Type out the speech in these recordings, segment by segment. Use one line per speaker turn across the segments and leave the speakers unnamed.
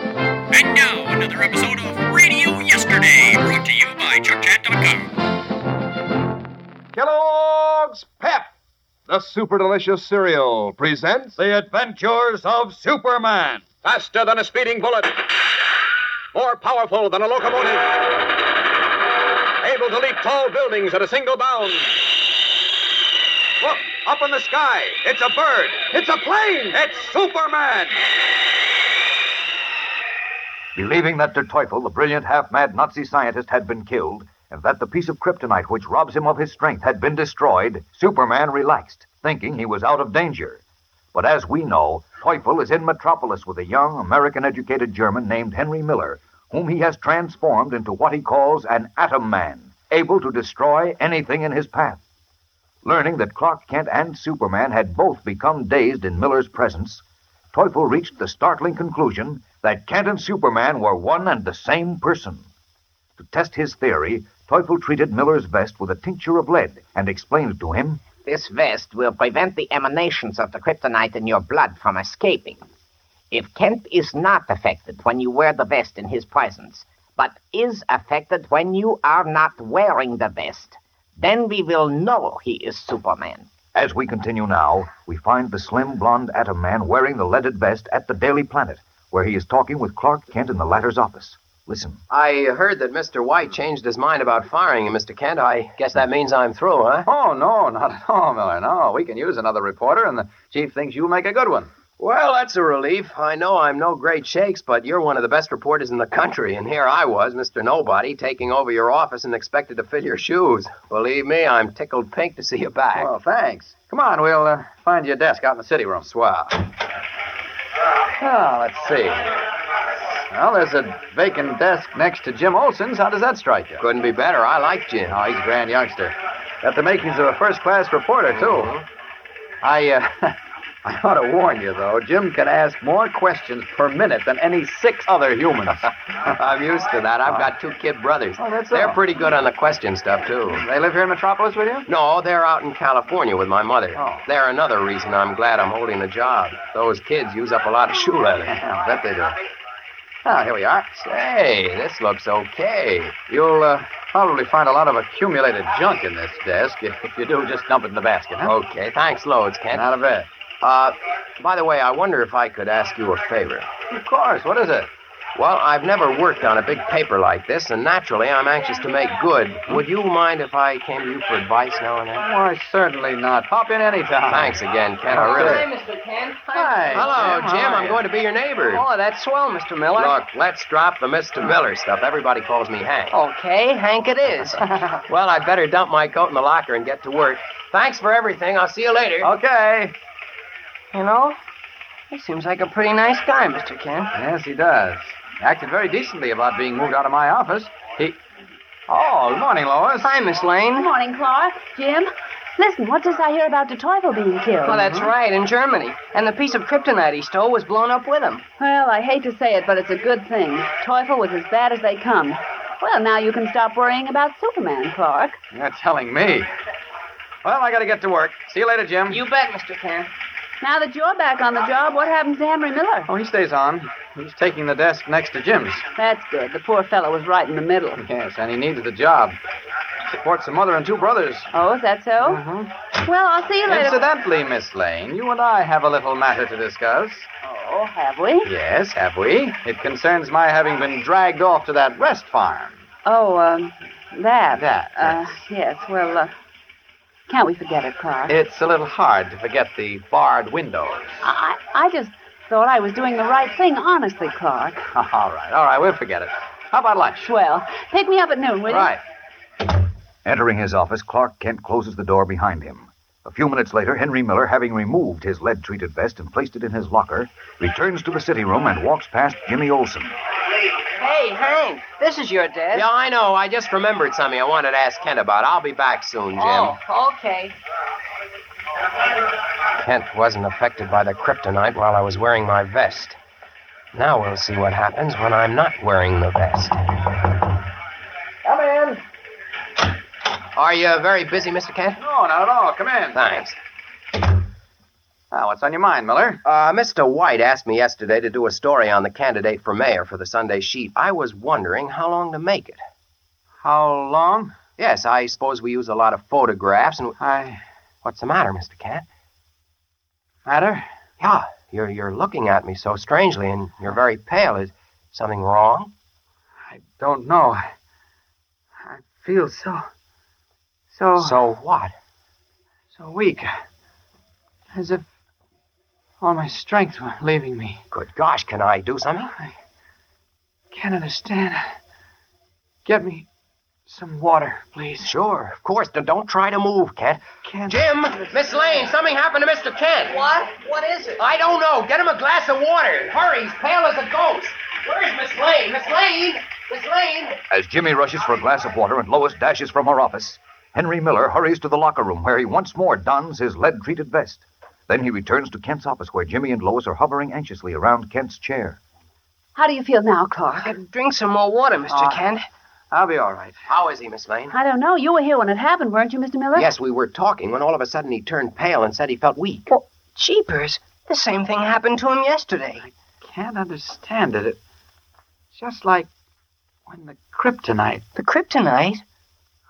And now, another episode of Radio Yesterday, brought to you by ChuckChat.com.
Kellogg's Pep, the super delicious cereal, presents The Adventures of Superman.
Faster than a speeding bullet. More powerful than a locomotive. Able to leap tall buildings at a single bound. Look, up in the sky. It's a bird. It's a plane. It's Superman.
Believing that Der Teufel, the brilliant half mad Nazi scientist, had been killed, and that the piece of kryptonite which robs him of his strength had been destroyed, Superman relaxed, thinking he was out of danger. But as we know, Teufel is in Metropolis with a young American educated German named Henry Miller, whom he has transformed into what he calls an atom man, able to destroy anything in his path. Learning that Clark Kent and Superman had both become dazed in Miller's presence, Teufel reached the startling conclusion that Kent and Superman were one and the same person. To test his theory, Teufel treated Miller's vest with a tincture of lead and explained to him
This vest will prevent the emanations of the kryptonite in your blood from escaping. If Kent is not affected when you wear the vest in his presence, but is affected when you are not wearing the vest, then we will know he is Superman.
As we continue now, we find the slim blonde atom man wearing the leaded vest at the Daily Planet, where he is talking with Clark Kent in the latter's office. Listen.
I heard that Mr. White changed his mind about firing you, Mr. Kent. I guess that means I'm through, huh?
Oh, no, not at all, Miller. No, we can use another reporter, and the chief thinks you make a good one.
Well, that's a relief. I know I'm no great shakes, but you're one of the best reporters in the country, and here I was, Mr. Nobody, taking over your office and expected to fill your shoes. Believe me, I'm tickled pink to see you back.
Well, thanks. Come on, we'll uh, find your desk out in the city room. Swell. Ah, let's see. Well, there's a vacant desk next to Jim Olson's. How does that strike you?
Couldn't be better. I like Jim.
Oh, he's a grand youngster. Got the makings of a first-class reporter, too. I, uh, I ought to warn you, though. Jim can ask more questions per minute than any six other humans.
I'm used to that. I've got two kid brothers.
Oh, that's
They're
all.
pretty good on the question stuff, too.
they live here in Metropolis with you?
No, they're out in California with my mother.
Oh.
They're another reason I'm glad I'm holding the job. Those kids use up a lot of shoe leather.
Yeah, I bet they do. Ah, here we are.
Say, this looks okay.
You'll uh, probably find a lot of accumulated junk in this desk. If you do, just dump it in the basket, huh?
Okay, thanks loads, Kent.
Not a bit.
Uh, by the way, I wonder if I could ask you a favor.
Of course. What is it?
Well, I've never worked on a big paper like this, and naturally I'm anxious to make good. Would you mind if I came to you for advice now and then?
Why, certainly not. Pop in any time.
Thanks again, Kent. I really.
Mr. Kent.
Hi.
Hello, Jim.
how
I'm
you?
going to be your neighbor.
Oh, that's swell, Mr. Miller.
Look, let's drop the Mr. Miller stuff. Everybody calls me Hank.
Okay, Hank it is.
Well, I'd better dump my coat in the locker and get to work. Thanks for everything. I'll see you later.
Oh, Okay.
you know, he seems like a pretty nice guy, Mr. Kent.
Yes, he does. Acted very decently about being moved out of my office. He. Oh, good morning, Lois.
Hi, Miss Lane.
Good morning, Clark. Jim, listen, what does I hear about De Teufel being killed?
Well, that's right, in Germany. And the piece of kryptonite he stole was blown up with him.
Well, I hate to say it, but it's a good thing. Teufel was as bad as they come. Well, now you can stop worrying about Superman, Clark.
You're telling me. Well, I got to get to work. See you later, Jim.
You bet, Mr. Kent.
Now that you're back on the job, what happens to Henry Miller?
Oh, he stays on. He's taking the desk next to Jim's.
That's good. The poor fellow was right in the middle.
Yes, and he needs the job. Supports a mother and two brothers.
Oh, is that so? Well, I'll see you later.
Incidentally, Miss Lane, you and I have a little matter to discuss.
Oh, have we?
Yes, have we? It concerns my having been dragged off to that rest farm.
Oh, um, that.
That,
Uh, yes. Well, uh, can't we forget it, Clark?
It's a little hard to forget the barred windows.
I, I just thought I was doing the right thing, honestly, Clark.
All right, all right, we'll forget it. How about lunch?
Well, pick me up at noon, will you?
Right.
Entering his office, Clark Kent closes the door behind him. A few minutes later, Henry Miller, having removed his lead treated vest and placed it in his locker, returns to the city room and walks past Jimmy Olsen.
Hey, Hank, this is your desk.
Yeah, I know. I just remembered something I wanted to ask Kent about. I'll be back soon, Jim.
Oh, okay.
Kent wasn't affected by the kryptonite while I was wearing my vest. Now we'll see what happens when I'm not wearing the vest.
Come in.
Are you very busy, Mr. Kent?
No, not at all. Come in.
Thanks. Ah, what's on your mind, Miller? Uh, Mr. White asked me yesterday to do a story on the candidate for mayor for the Sunday Sheet. I was wondering how long to make it. How long? Yes, I suppose we use a lot of photographs and I. What's the matter, Mr. Kent? Matter? Yeah, you're you're looking at me so strangely, and you're very pale. Is something wrong? I don't know. I feel so. So. So what?
So weak. As if all my strength were leaving me.
Good gosh, can I do something? I
can't understand. Get me some water, please.
Sure, of course. Don't- Don't try to move, Kent. Can't. Jim, Miss Lane, something happened to Mr. Kent.
What? What is it?
I don't know. Get him a glass of water. Hurry, he's pale as a ghost. Where's Miss Lane? Miss Lane? Miss Lane?
As Jimmy rushes for a glass of water and Lois dashes from her office, Henry Miller hurries to the locker room where he once more dons his lead treated vest. Then he returns to Kent's office where Jimmy and Lois are hovering anxiously around Kent's chair.
How do you feel now, Clark?
Drink some more water, Mr. Kent.
I'll be all right. How is he, Miss Lane?
I don't know. You were here when it happened, weren't you, Mr. Miller?
Yes, we were talking when all of a sudden he turned pale and said he felt weak.
Jeepers. The same thing happened to him yesterday.
Can't understand it. It- Just like when the kryptonite.
The kryptonite?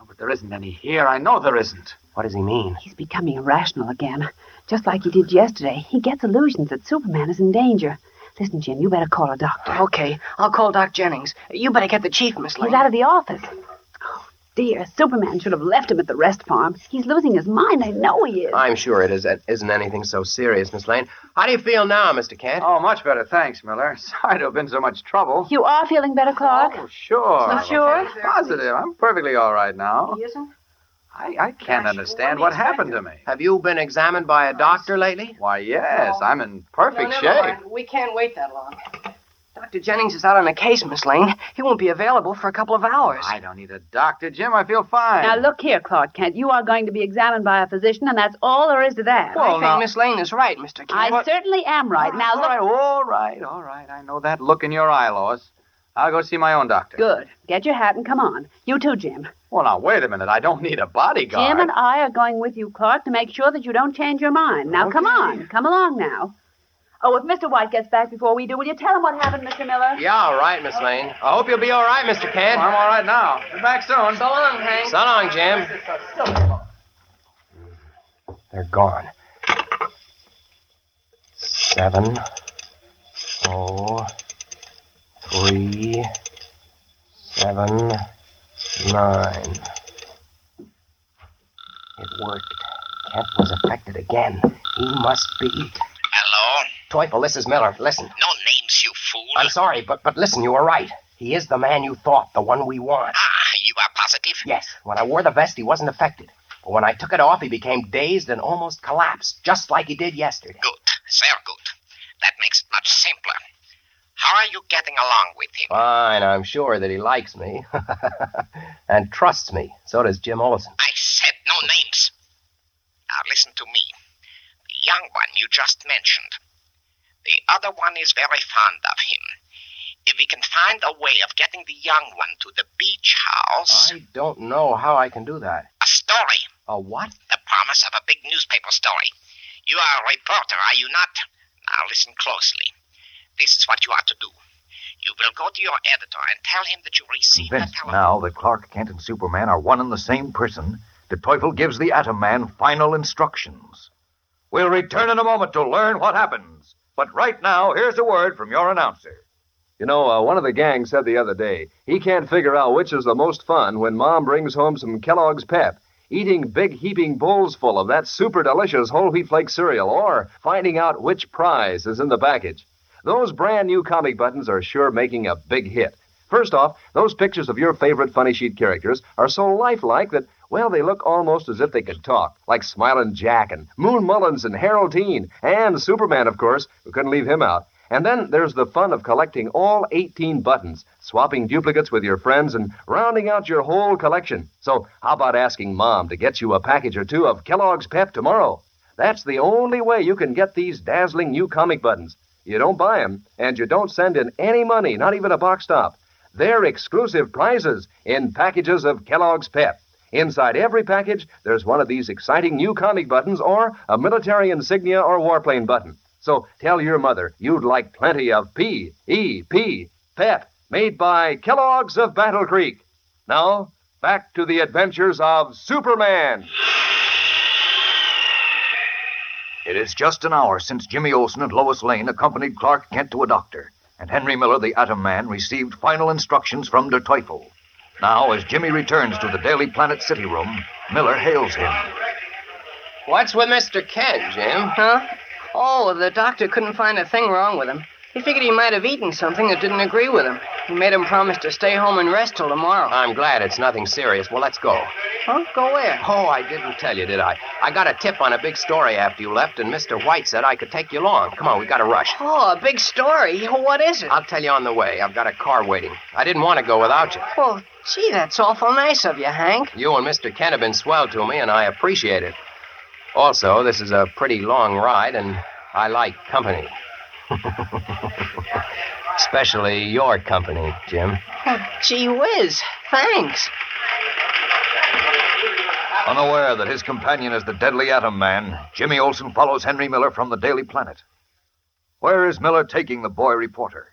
Oh, but there isn't any here. I know there isn't.
What does he mean?
He's becoming irrational again, just like he did yesterday. He gets illusions that Superman is in danger. Listen, Jim, you better call a doctor.
Okay, I'll call Doc Jennings. You better get the chief, Miss
He's
Lane.
out of the office. Oh, dear. Superman should have left him at the rest farm. He's losing his mind. I know he is.
I'm sure it is, it isn't anything so serious, Miss Lane. How do you feel now, Mr. Kent?
Oh, much better, thanks, Miller. Sorry to have been so much trouble.
You are feeling better,
Oh,
Clark?
Sure.
You sure?
Positive. I'm perfectly all right now.
isn't?
I, I can't understand what happened to me.
Have you been examined by a doctor lately?
Why, yes, I'm in perfect
no, never
shape.
Mind. We can't wait that long. Dr. Jennings is out on a case, Miss Lane. He won't be available for a couple of hours.
I don't need a doctor, Jim. I feel fine.
Now, look here, Clark Kent. You are going to be examined by a physician, and that's all there is to that.
I think Miss Lane is right, Mr. Kent.
I certainly am right. Now,
all right,
look.
all right, all right. I know that look in your eye, Lois. I'll go see my own doctor.
Good. Get your hat and come on. You too, Jim.
Well, now, wait a minute. I don't need a bodyguard.
Jim and I are going with you, Clark, to make sure that you don't change your mind. Now, come on. Come along now. Oh, if Mr. White gets back before we do, will you tell him what happened, Mr. Miller?
Yeah, all right, Miss Lane. I hope you'll be all right, Mr. Kent.
I'm all right now. Be back soon.
So long, Hank.
So long, Jim. They're gone. Seven, oh, three, seven, nine. It worked. Kent was affected again. He must be.
Hello?
Teufel, this is Miller. Listen.
No names, you fool.
I'm sorry, but but listen, you were right. He is the man you thought, the one we want.
Ah, you are positive?
Yes, when I wore the vest, he wasn't affected. But when I took it off, he became dazed and almost collapsed, just like he did yesterday.
Good. Sehr good. That makes it much simpler. How are you getting along with him?
Fine, I'm sure that he likes me and trusts me. So does Jim Olson.
I said no names. Now listen to me. The young one you just mentioned. The other one is very fond of him. If we can find a way of getting the young one to the beach house,
I don't know how I can do that.
a story.
A what?
The promise of a big newspaper story. You are a reporter, are you not? Now listen closely. This is what you are to do. You will go to your editor and tell him that you received a
Convinced
telegram.
now that Clark Kent and Superman are one and the same person, De Teufel gives the Atom Man final instructions. We'll return in a moment to learn what happens. But right now, here's a word from your announcer.
You know, uh, one of the gang said the other day he can't figure out which is the most fun when mom brings home some Kellogg's Pep, eating big heaping bowls full of that super delicious whole wheat flake cereal, or finding out which prize is in the package. Those brand new comic buttons are sure making a big hit. First off, those pictures of your favorite funny sheet characters are so lifelike that, well, they look almost as if they could talk, like Smilin' Jack and Moon Mullins and Haroldine, and Superman, of course. We couldn't leave him out. And then there's the fun of collecting all 18 buttons, swapping duplicates with your friends, and rounding out your whole collection. So, how about asking Mom to get you a package or two of Kellogg's Pep tomorrow? That's the only way you can get these dazzling new comic buttons. You don't buy 'em, and you don't send in any money, not even a box top. They're exclusive prizes in packages of Kellogg's Pep.
Inside every package, there's one of these exciting new comic buttons or a military insignia or warplane button. So tell your mother you'd like plenty of P E P Pep, made by Kellogg's of Battle Creek. Now, back to the adventures of Superman.
It is just an hour since Jimmy Olsen and Lois Lane accompanied Clark Kent to a doctor, and Henry Miller, the Atom Man, received final instructions from Der Teufel. Now, as Jimmy returns to the Daily Planet City room, Miller hails him.
What's with Mr. Kent, Jim?
Huh? Oh, the doctor couldn't find a thing wrong with him. He figured he might have eaten something that didn't agree with him. He made him promise to stay home and rest till tomorrow.
I'm glad it's nothing serious. Well, let's go.
Huh? Go where?
Oh, I didn't tell you, did I? I got a tip on a big story after you left, and Mr. White said I could take you along. Come on, we gotta rush.
Oh, a big story. What is it?
I'll tell you on the way. I've got a car waiting. I didn't want to go without you.
Well, Oh, gee, that's awful nice of you, Hank.
You and Mr. Kent have been swell to me, and I appreciate it. Also, this is a pretty long ride, and I like company. Especially your company, Jim.
Oh, gee whiz. Thanks.
Unaware that his companion is the deadly Atom Man, Jimmy Olsen follows Henry Miller from the Daily Planet. Where is Miller taking the boy reporter?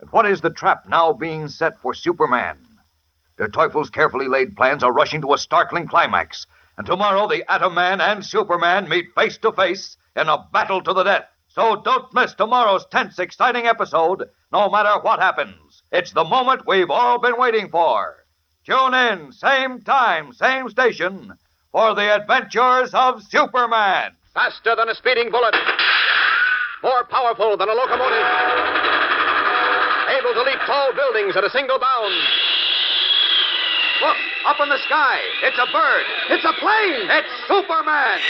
And what is the trap now being set for Superman? Der Teufel's carefully laid plans are rushing to a startling climax, and tomorrow the Atom Man and Superman meet face to face in a battle to the death. So don't miss tomorrow's tense, exciting episode, no matter what happens. It's the moment we've all been waiting for. Tune in, same time, same station, for the adventures of Superman.
Faster than a speeding bullet. More powerful than a locomotive. Able to leap tall buildings at a single bound.
Look, up in the sky. It's a bird. It's a plane. It's Superman.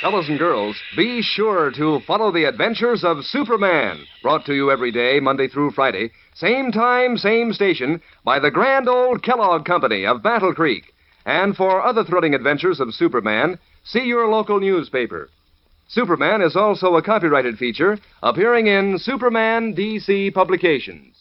Fellows and girls, be sure to follow the adventures of Superman, brought to you every day, Monday through Friday, same time, same station, by the grand old Kellogg Company of Battle Creek. And for other thrilling adventures of Superman, see your local newspaper. Superman is also a copyrighted feature appearing in Superman DC Publications.